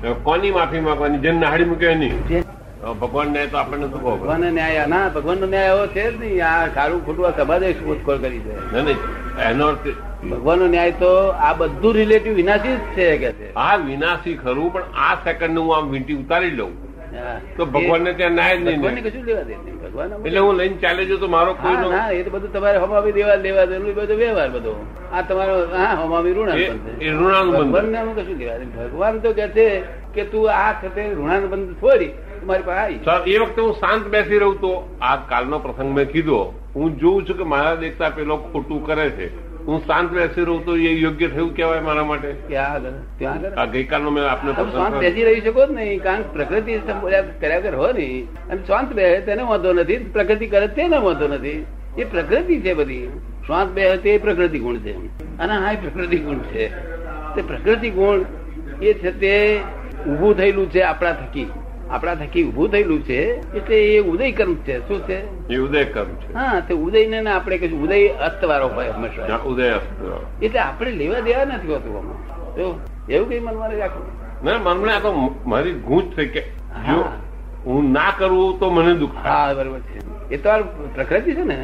હવે કોની માફી માંગવાની જેને નાહડી મૂકે એની જે હવે ભગવાનને તો આપણને શું કહો ભગવાનનો ન્યાય ના ભગવાનનો ન્યાય એવો છે જ નહીં આ સારું ખોટું આ સમાજે શોધખોળ કરી છે ના નહીં એનો અર્થ ભગવાનનો ન્યાય તો આ બધું રિલેટિવ વિનાશી જ છે કે છે આ વિનાશી ખરું પણ આ સેકન્ડ હું આમ વીંટી ઉતારી લઉં હા. તો ભગવાનને ત્યાં નાય જ નહીં ને. ભગવાનને કશું લેવા દે નહીં. ભગવાન અમુક- એટલે હું લઈને ચાલે છું તો મારો હા, કોઈનો ના, એ તો બધું તમારે હમાવી દેવા લેવા દેવાનું એ બધો વ્યવહાર બધો આ તમારો હા હમાવી ઋણ એ- એ ઋણાનુબંધ. ભગવાનને આમાં કશું લેવા દે નહીં. ભગવાન તો કે છે કે તું આ સાથે ઋણાનુબંધ છોડી તું મારી પાસે આવી સર એ વખતે હું શાંત બેસી રહું તો આ કાલનો પ્રસંગ મેં કીધો હું જોઉં છું કે મારા દેખતા પેલો ખોટું કરે છે હું શાંત બેસી રહું તો એ યોગ્ય થયું કહેવાય મારા માટે કે આ આગળ, ત્યાં આગળ. આ ગઈકાલનો મેં આપને તમે શાંત પ્રસંગ કર્યો. બેસી રહી શકો જ નહીં કારણ કે પ્રકૃતિ તમે બોલ્યા કર્યા વગર હો નહીં અને શાંત બે તેને વાંધો નથી પ્રકૃતિ કરે તેને વાંધો નથી એ પ્રકૃતિ છે બધી શાંત બે તે પ્રકૃતિ ગુણ છે અને હા એ પ્રકૃતિ ગુણ છે તે પ્રકૃતિ ગુણ એ છે તે ઊભું થયેલું છે આપણા થકી આપણા થકી ઊભું થયેલું છે એટલે એ ઉદય કર્મ છે શું છે એ ઉદય કર્મ છે હા તે ઉદય ને આપણે કહીશું ઉદય અસ્તવાળો હોય હંમેશા જ્યાં ઉદય અસ્ત એટલે આપણે લેવા દેવા નથી હોતું આમાં જો એવું કઈ મનમાં રાખવું ના મને આ તો મારી ગૂંચ છે કે જો હા. હું ના કરું તો મને દુઃખ થાય હા બરોબર છે એ તો આ પ્રકૃતિ છે ને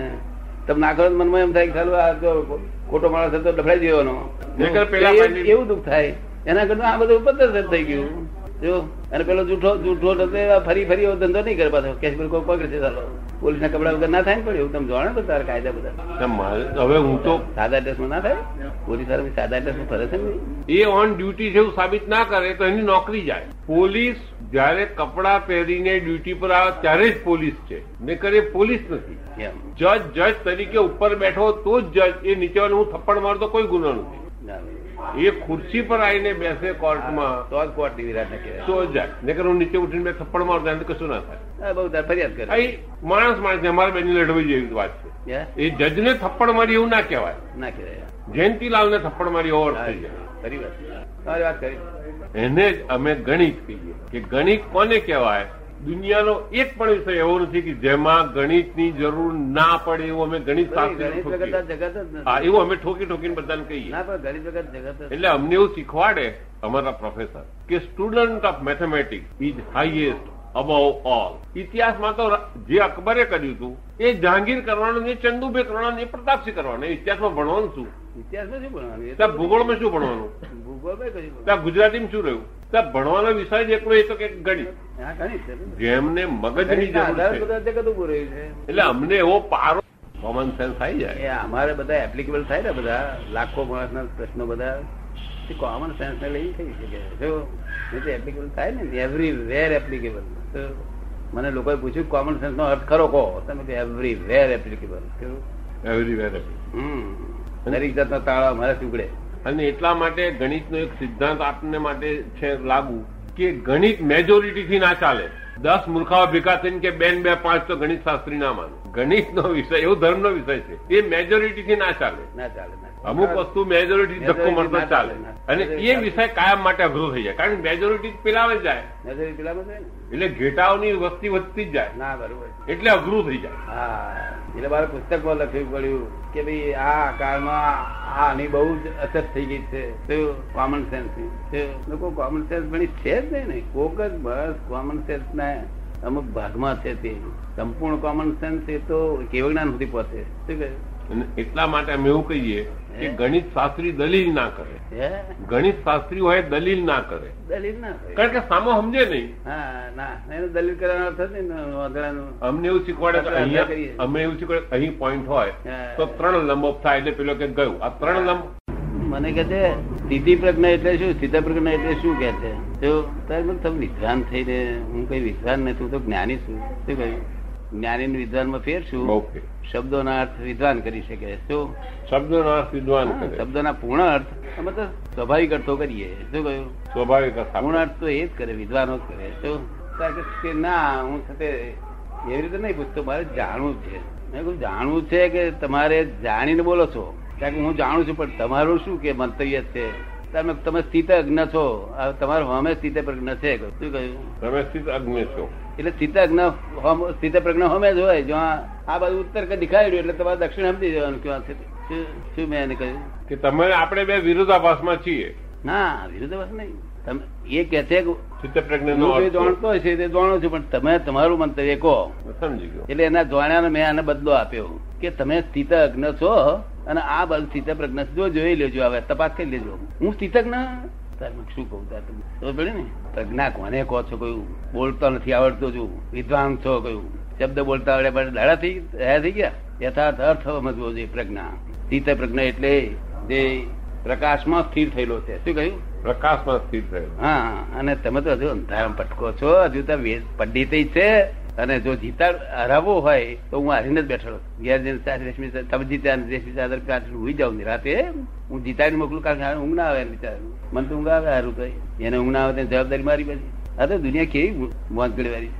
તમે ના કરો તો મનમાં એમ થાય કે ચાલો આ જો ખોટો માણસ હતો ડફડાઈ દેવાનો નહીંતર પેલા એ- પાછી- એવું દુઃખ થાય એના કરતા આ બધું પદ્ધત થઈ ગયું જો અને પેલો જૂઠો જૂઠો હતો તે આ ફરી ફરી એવો ધંધો નહીં કરે પાછો કેશ કોઈ પકડશે ચાલો પોલીસ ના કપડા વગર ના થાય ને પણ એવું તમે જાણો ને તારા કાયદા બધા ના, મારે તો હવે હું તો સાદા ડ્રેસમાં ના થાય પોલીસ વાળા સાદા ડ્રેસમાં ફરે છે ને એ ઓન ડ્યુટી છે એવું સાબિત ના કરે તો એની નોકરી જાય પોલીસ જ્યારે કપડાં પહેરીને ડ્યુટી પર આવે ત્યારે જ પોલીસ છે નહીંતર એ પોલીસ નથી એમ જજ જજ તરીકે ઉપર બેઠો તો જ જજ એ નીચે વાળાને હું થપ્પડ મારતો કોઈ ગુનો નથી ના. એ ખુરશી પર આવીને બેસે કોર્ટમાં તો જ કોર્ટ ની વિરાટ ને કહેવાય તો જ જાય નહીંતર હું નીચે ઉઠીને બે થપ્પડ મારતો એનાથી કશું ના થાય આ બહુ તાર ફરિયાદ કરે અહીં માણસ માણસ અમારે બેની લડવી જેવી વાત છે હે? એ જજને થપ્પડ મારી એવું ના કહેવાય ના કહેવાય જયંતિલાલને થપ્પડ મારી ઓવર થઈ જાય ખરી વાત છે. તમારી વાત કરી એને જ અમે ગણિત કહીએ કે ગણિત કોને કહેવાય દુનિયાનો એક પણ વિષય એવો નથી કે જેમાં ગણિતની જરૂર ના પડે એવું અમે ગણિત શાસ્ત્ર ગણિત વગર તો ઠોકીએ. જગત જ નથી. હા એવું અમે ઠોકી ઠોકીને બધાને કહીએ ના પણ ગણિત વગર જગત જ નથી. એટલે અમને એવું શીખવાડે અમારા પ્રોફેસર કે student of mathematics is highest above all ઇતિહાસમાં તો જે અકબરે કર્યું હતું એ જહાંગીર કરવાનું ને ચંદુભાઈ કરવાનું એ પ્રતાપસિંહ કરવાનું એ ઇતિહાસમાં ભણવાનું શું ઇતિહાસમાં શું ભણવાનું? એ તો ત્યાં ભૂગોળમાં શું ભણવાનું ભૂગોળમાં કશું ભણવાનું. ત્યાં ગુજરાતીમાં શું રહ્યું ત્યાં ભણવાનો વિષય જ એકલો એ તો કે ગણિત હા, ગણિત છે. જેમને મગજની ગણિતના જરૂર આધારે છે બધા જગત ઊભું રહ્યું છે. એટલે અમને એવો પારો કોમન સેન્સ આવી જાય એ અમારે બધા એપ્લિકેબલ થાય ને બધા લાખો માણસના પ્રશ્નો બધા તે કોમન સેન્સ ને લઈને થઈ શકે જો એ તો એપ્લિકેબલ થાય ને એવરી વેર એપ્લિકેબલ તો મને લોકોએ પૂછ્યું કોમન સેન્સ નો અર્થ ખરો કહો તમે કે એવરી વેર એપ્લિકેબલ એવરીવેર હમ દરેક જાતનો તાળા મારે ઉગડે અને એટલા માટે ગણિતનો એક સિદ્ધાંત આપને માટે છે લાગુ કે ગણિત મેજોરિટી થી ના ચાલે દસ મૂર્ખાઓ ભેગા થઈને કે બેન બે પાંચ તો ગણિત શાસ્ત્રી ના માને ગણિતનો વિષય એવો ધર્મનો વિષય છે એ મેજોરિટી થી ના ચાલે ના ચાલે ના ચાલે. અમુક વસ્તુ મેજોરિટી ધક્કો મળતો ચાલે અને એ વિષય કાયમ માટે અઘરો થઈ જાય કારણ કે મેજોરિટી પેલાવે જ જાય નજરે પેલામાં છે ને? એટલે ઘેટાઓની વસ્તી વધતી જ જાય ના બરોબર એટલે અઘરું થઈ જાય હા એટલે મારે પુસ્તકમાં લખવું પડ્યું કે ભાઈ આ કાળમાં આની બહુ જ અસર થઈ ગઈ છે કોમન સેન્સની લોકો કોમન સેન્સ ભણી છે જ નહીં ને કોક જ બસ કોમન સેન્સ ના અમુક ભાગમાં છે તે સંપૂર્ણ કોમન સેન્સ એ તો કેવું જ્ઞાન સુધી પહોંચે શું કહે અને એટલા માટે અમે એવું કહીએ કે હે? ગણિત શાસ્ત્રી દલીલ ના કરે હે ગણિત શાસ્ત્રી હોય દલીલ ના કરે દલીલ ના હોય. કારણ કે સામો સમજે નહીં હા ના એનો દલીલ કરવાનો અર્થ જ નહીં ને વાંદરાનો. અમને એવું શીખવાડે કે આપણે અહીંયા- આપણે કરીએ. અમે એવું શીખવાડે કે અહીં પોઈન્ટ હોય હે. તો ત્રણ લંબપ થાય એટલે પેલો કે ગયું આ ત્રણ લંબ મને કહે છે સીધી પ્રજ્ઞા એટલે શું સીધા પ્રજ્ઞા એટલે શું કે છે જો તારે મને તમે વિદ્વાન થઈને હું કઈ વિદ્વાન નથી હું તો જ્ઞાની છું શું કહ્યું જ્ઞાની વિદ્વાનમાં ફેર શું ઓકે શબ્દોના અર્થ વિદ્વાન કરી શકે શું શબ્દનો અર્થ વિદ્વાન હા, કરે શબ્દોના પૂર્ણ અર્થ અમે તો સ્વાભાવિક અર્થો કરીએ શું કહ્યું સ્વાભાવિક અર્થ આપે. પૂર્ણ અર્થ તો એ જ કરે વિદ્વાનો જ કરે શું તારે કહે છે કે ના હું સાથે એવી રીતે નહીં પૂછતો મારે જાણવું છે મેં કહ્યું જાણવું છે કે તમારે જાણીને બોલો છો કારણ કે હું જાણું છું પણ તમારું શું કે મંતવ્ય છે તમે તમે સ્થિતજ્ઞ છો આ તમારું હમે સ્થિત પ્રજ્ઞ છે કહ્યું. શું કહ્યું તમે સ્થિત અગ્નિ છો એટલે સ્થિતજ્ઞ હમ સ્થિત પ્રજ્ઞ હમે જ હોય જો આ આ બાજુ ઉત્તર કે દેખાડ્યું એટલે તમારે દક્ષિણ સમજી જવાનું કે આ છે. શું શું મેં એને કહ્યું કે તમે આપણે બે વિરોધાભાસમાં છીએ ના વિરોધાભાસ નહીં તમે એ કે છે કે ચિત્તપ્રજ્ઞનો હું જે અર્થ શું? જાણતો હશે તે જાણો છું પણ તમે તમારું મંતવ્ય કહો સમજી ગયો એટલે એના જાણ્યાનો મેં આને બદલો આપ્યો કે તમે સ્થિત અજ્ઞ છો અને આ બલ સ્થિત પ્રજ્ઞ જો જોઈ લેજો હવે તપાસ કરી લેજો હું સ્થિત અજ્ઞ તારે મને શું કહું તાર તમે ખબર પડી ને પ્રજ્ઞા કોને કહો છો કયું બોલતો નથી આવડતો છું વિદ્વાન છો કયું શબ્દ બોલતા આવડે પણ દાડા થઈ રહ્યા થઈ ગયા યથાર્થ અર્થ સમજવો જોઈએ પ્રજ્ઞા સ્થિત પ્રજ્ઞ એટલે જે પ્રકાશમાં સ્થિર થયેલો છે શું કહ્યું પ્રકાશમાં સ્થિર થયેલો હા અને તમે તો હજુ અંધારામાં પટકો છો હજુ તો વે- પંડિતેય છે અને જો જીતા હરાવવો હોય તો હું હારીને જ બેઠેલો છું. ઘેર જઈને સારી રેશમી ચા- તમે જીત્યા અને રેશમી ચાદર કાઢીને હુઈ જાઉં ને રાતે હું જીતાને મોકલું કારણ કે હારે ઊંઘ ના આવે એમ બિચારાને. મને તો ઊંઘ આવે હારું કઈ એને ઊંઘ ના આવે તેની જવાબદારી મારી પાછી આ તો દુનિયા કેવી મોંઘડી વાળી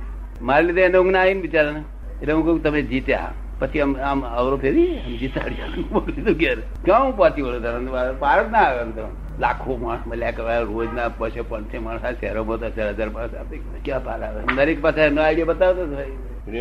મારી લીધે એને ઊંઘ ના આવી ને બિચારાને એટલે હું કહું તમે જીત્યા પછી આમ આમ અવરો ફેરી આમ જીતાડ્યા બોલી દીધું ઘેર ક્યાં હું પહોંચી વળું તારા પાર જ ના આવે આમ તો લાખો માણસ મળ્યા કરવા રોજ ના પછી પાંચસો માણસ આ શહેરોમાં તો ચાર હજાર માણસ આપે ક્યાં પાર આવે દરેક પાસે એનો આઈડિયા બતાવતો જ હોય.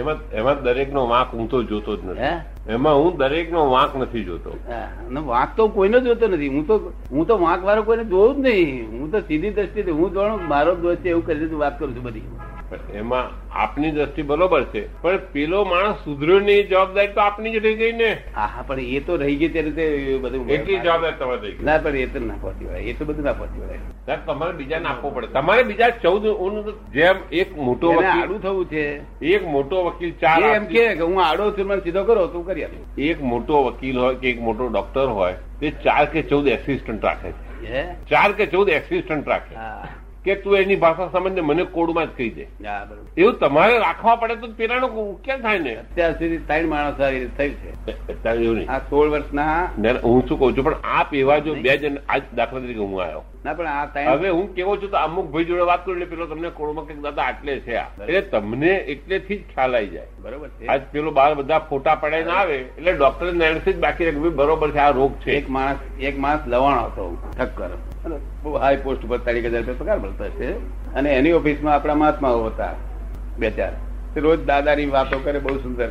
એમાં એમાં દરેકનો વાંક હું તો જોતો જ હે નથી એમાં હું દરેકનો વાંક નથી જોતો હા, અને વાંક તો કોઈનો જોતો નથી હું તો હું તો વાંક વાળો કોઈને જોઉં જ નહીં હું તો સીધી દ્રષ્ટિથી હું જોઉં મારો દોસ્ત છે એવું કરીને જ વાત કરું છું બધી પણ એમાં આપની દ્રષ્ટિ બરોબર છે પણ પેલો માણસ સુધર્યો નહીં એ જવાબદારી તો આપની જ રહી ગઈ ને હા પણ એ તો રહી ગઈ તે રીતે એ બધું એટલી જવાબદારી તમારે રહી ગઈ ના પણ એ તો ના પહોંચી વળે એ તો બધું ના પહોંચી વળે સાહેબ, તમારે બીજાને આપવો પડે તમારે બીજા ચૌદ ઊંડ- જેમ એક મોટો એને વકીલ આડું થવું છે એક મોટો વકીલ ચાર એ એમ આપી- કે કે હું આડો છું મને સીધો કરો તું કરી આપું એક મોટો વકીલ હોય કે એક મોટો ડોક્ટર હોય તે ચાર કે ચૌદ એસિસ્ટન્ટ રાખે છે હે ચાર કે ચૌદ એસિસ્ટન્ટ રાખે હા કે તું એની ભાષા સમજને મને કોડમાં જ કહી દે હા, બરોબર એવું તમારે રાખવા પડે તો પેલાનો ઉકેલ થાય ને અત્યાર સુધી ત્રણ માણસ આવી રીતે થયું છે અત્યારે એવું નહીં આ સોળ વર્ષના ના, ના, હું શું કહું છું પણ આપ એવા જો બે જણ આજ દાખલા તરીકે હું આવ્યો ના પણ આ ત્રણ હવે હું કેવો છું તો અમુક ભાઈ જોડે વાત કરું એટલે પેલો તમને કોડમાં કંઈક દાદા આટલે છે આ એટલે તમને એટલેથી જ ખ્યાલ આવી જાય બરોબર છે આજ પેલો બાર બધા ફોટા પડાઈને આવે એટલે ડોક્ટર નારાયણથી જ બાકી રાખે બરોબર છે આ રોગ છે એક માણસ એક માણસ લવાણો હતો ઠક્કર અને બહુ હાઈ પોસ્ટ પર તારીખ હજાર રૂપિયા પગાર મળતો હશે અને એની ઓફિસમાં આપણા મહાત્માઓ હતા બે ચાર તે રોજ દાદાની વાતો કરે બહુ સુંદર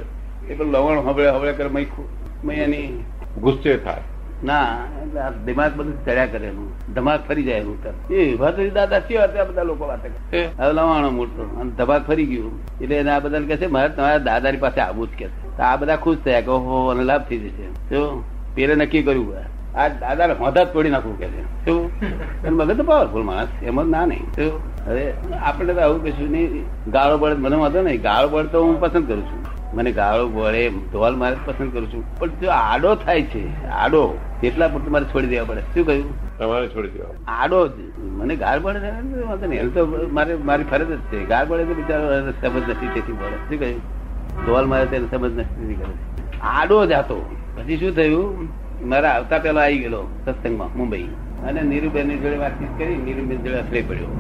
એ પેલું લવણ હબળે હબળે કરે મય ખુ- મય એની ગુસ્સે થાય ના એટલે આ દિમાગ બધું ચડ્યા કરે એનું ધમાગ ફરી જાય એનું તરત. એ વાત હતી દાદા શી વાત આ બધા લોકો વાત કરે એ, હવે લવાણો મોટો અને ધમાગ ફરી ગયું એટલે એને આ બધાને કહે છે મારે તમારા દાદાની પાસે આવવું જ કે છે. તો આ બધા ખુશ થયા કે ઓહો અને લાભ થઈ જશે જો પેલે નક્કી કર્યું આ દાદાને હોદા જ તોડી નાખવું કે છે શું અને મગજ તો પાવરફુલ માણસ એમાં ના નહીં શું? હવે આપણે તો આવું કશું નહીં ગાળો બળદ મને વાંધો નહીં ગાળો બળદ તો હું પસંદ કરું છું મને ગાળો વળે ઢોલ મારે જ પસંદ કરું છું પણ જો આડો થાય છે આડો એટલા પૂરતું મારે છોડી દેવા પડે શું કહ્યું તમારે છોડી દેવા આડો જ. મને ગાળ પડે છે ને, વાંધો નહીં. એમ તો મારે મારી ફરજ જ છે ગાળ પડે તો બિચારો એને સમજ નથી તેથી પડે શું કહ્યું ઢોલ મારે તેને સમજ નથી તેથી કરે છે. આડો જ હતો પછી શું થયું મારા આવતા પહેલા આવી ગયેલો સત્સંગમાં મુંબઈ અને નીરુબેન જોડે વાતચીત કરી નીરુબેન જોડે અસરે પડ્યો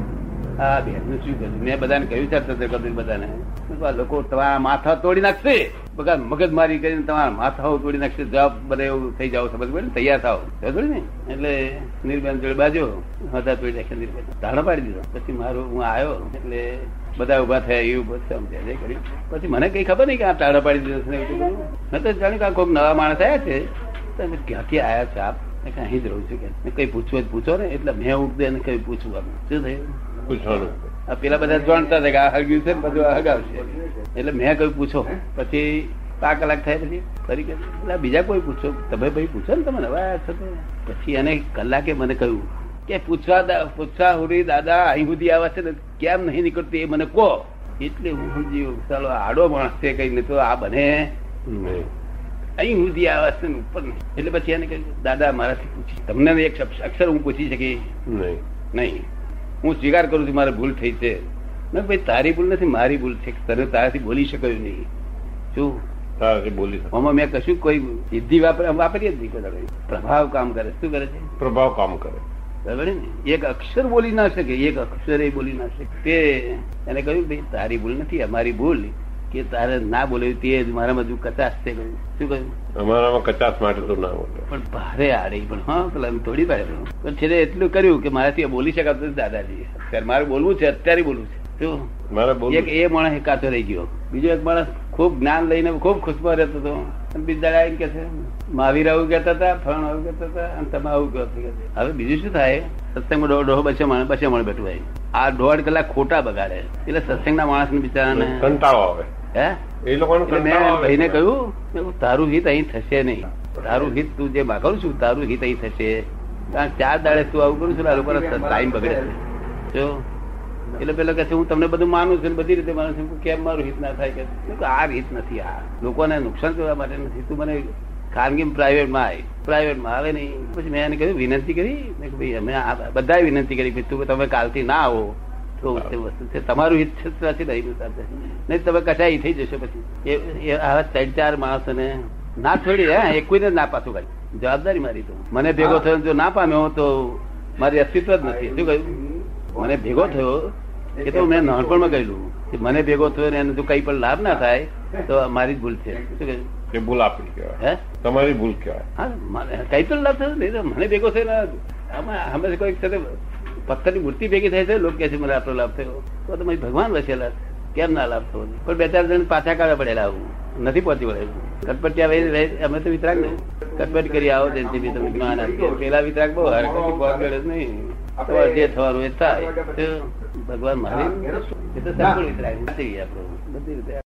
હા બેન નું શું કર્યું મેં બધાને કહ્યું છે સત્સંગ કબીર બધાને મેં કહ્યું, આ લોકો તમારા માથા તોડી નાખશે બગા મગજ મારી કરીને તમારા માથાઓ તોડી નાખશે જવાબ બને એવું થઈ જાવ સમજ પડે ને? તૈયાર થાવ સમજ પડી ને એટલે નિર્બેન જોડે બાજો માથા તોડી નાખે નિર્બેન ધારણા પાડી દીધો પછી મારું હું આવ્યો એટલે બધા ઉભા થયા એવું બધું સમજ્યા જે કર્યું પછી મને કઈ ખબર નહીં કે આ ટાળા પાડી દીધો છે ને એવું બધું. મેં તો જાણ્યું કે આ કોઈક નવા માણસ આવ્યા છે તમે ક્યાંથી આવ્યા છો આપ મેં કહ્યું, અહીં જ રહું છું કે મેં કઈ પૂછવું હોય તો પૂછો ને એટલે મેં ઉઠ એને કઈ પૂછવું આપણે શું થયું પૂછવાનું આ પેલા બધા જાણતા હતા કે આ હળગ્યું છે ને બધું આ હગાવશે એટલે મેં કઈ પૂછો પછી આ કલાક થાય પછી ફરી કહે, એટલે આ બીજા કોઈ પૂછો તમે ભાઈ પૂછો ને તમે નવા આવ્યા છો તો પછી એને કલાકે મને કહ્યું કે પૂછવા દા- પૂછવા હુરી દાદા અહીં સુધી આવે છે ને કેમ નહીં નીકળતી એ મને કહો એટલે હું સમજી ગયો, ચાલો આડો માણસ છે કઈ નહીં તો આ બને નહીં. અહીં સુધી આવે છે ને ઉપર નહીં. એટલે પછી એને કહ્યું દાદા મારાથી પૂછી તમને એક અક્ષ- અક્ષર હું પૂછી શકી નહીં નહીં હું સ્વીકાર કરું છું મારે ભૂલ થઈ છે ના ભાઈ તારી ભૂલ નથી મારી ભૂલ છે કે તને તારાથી બોલી શકાયું નહીં શું તારે બોલી શકો. આમાં મેં કશું કોઈ સિદ્ધિ વાપર વાપરીએ જ નહીં કોઈ દાડો. પ્રભાવ કામ કરે શું કરે છે પ્રભાવ કામ કરે બરાબર ને એક અક્ષર બોલી ના શકે એક અક્ષર એ બોલી ના શકે તે એને કહ્યું ભાઈ તારી ભૂલ નથી અમારી ભૂલ કે તારે ના બોલાવ્યું તે જ મારામાં હજુ કચાશ છે કહ્યું શું કહ્યું અમારામાં કચાસ માટે તો ના બોલે પણ ભારે આડી પણ હા પેલા એમ થોડી ભારે પણ છેલ્લે એટલું કર્યું કે મારાથી આ બોલી શકાતું નથી દાદાજી અત્યારે મારે બોલવું છે અત્યારે બોલવું છે શું મારે એક બોલવું એ માણસ એકાચો રહી ગયો બીજો એક માણસ ખૂબ જ્ઞાન લઈને ખૂબ ખુશમાં રહેતો હતો અને બીજા એમ કે છે મહાવીર આવું કહેતા હતા ફરણ આવું કહેતા હતા અને તમે આવું કહો છો." હવે બીજું શું થાય સત્સંગમાં દોઢ દોઢ બસે માણસ બસે માણસ બેઠું હોય આ દોઢ કલાક ખોટા બગાડે એટલે સત્સંગના માણસને બિચારાને કંટાળો આવે હે એ લોકોનો એટલે મેં કંટાળો આવે. ભાઈને કહ્યું મેં કહ્યું, તારું હિત અહીં થશે નહીં તારું હિત તું જે માગું છું તારું હિત અહીં થશે કારણ કે ચાર દાડે તું આવું કરું છું ને આ લોકોનો ટાઈમ બગડે છે જો એટલે પેલો કહે છે હું તમને બધું માનું છું ને બધી રીતે માનું છું પણ કેમ મારું હિત ના થાય કે મેં કહ્યું, આ રીત નથી આ લોકોને નુકસાન કરવા માટે નથી તું મને ખાનગી પ્રાઇવેટમાં આવે પ્રાઇવેટમાં આવે નહીં પછી મેં એને કહ્યું વિનંતી કરી મેં કહ્યું, ભાઈ અમે આ- બધાએ વિનંતી કરી કે તું તમે કાલથી ના આવો તો તે વસ્તુ છે તમારું હિત છે તો નથી નહીં સાથે નહીં તો તમે કચાઈ થઈ જશો પછી એ- એ આવા ત્રણ ચાર માણસોને ના છોડી હા એકવીને ના પાછું કાઢી જવાબદારી મારી તો મને ભેગો થયો જો ના પામ્યો તો મારી અસ્તિત્વ જ નથી શું કહ્યું મને ભેગો થયો એ તો મેં નાનપણમાં કહેલું કે મને ભેગો થયો ને એને જો કઈ પણ લાભ ના થાય તો આ મારી જ ભૂલ છે શું કહ્યું એ ભૂલ આપણી કહેવાય હે તમારી ભૂલ કહેવાય હા મને કઈ પણ લાભ થયો નહીં તો મને ભેગો થયો ને આમાં અમે કોઈ સાથે પથ્થરની મૂર્તિ ભેગી થાય છે લોકો કહે છે મને આટલો લાભ થયો તો તમે ભગવાન વસેલા છે. કેમ ના લાભ થયો પણ બે ચાર જણ પાછા કાઢવા પડેલા આવું નથી પહોંચી વળેલું કટપટી આવે એ રહે- અમે તો વિતરાગ ને કટપટ કરી આવો જેથી બી તમને જ્ઞાન આપીએ પેલા વિતરાગ બહુ હાર કશું પહોંચ ગયો જ નહીં તમારે જે થવાનું એ થાય તો ભગવાન મારી એ તો સંપૂર્ણ વિતરાગ નથી આપણું બધી રીતે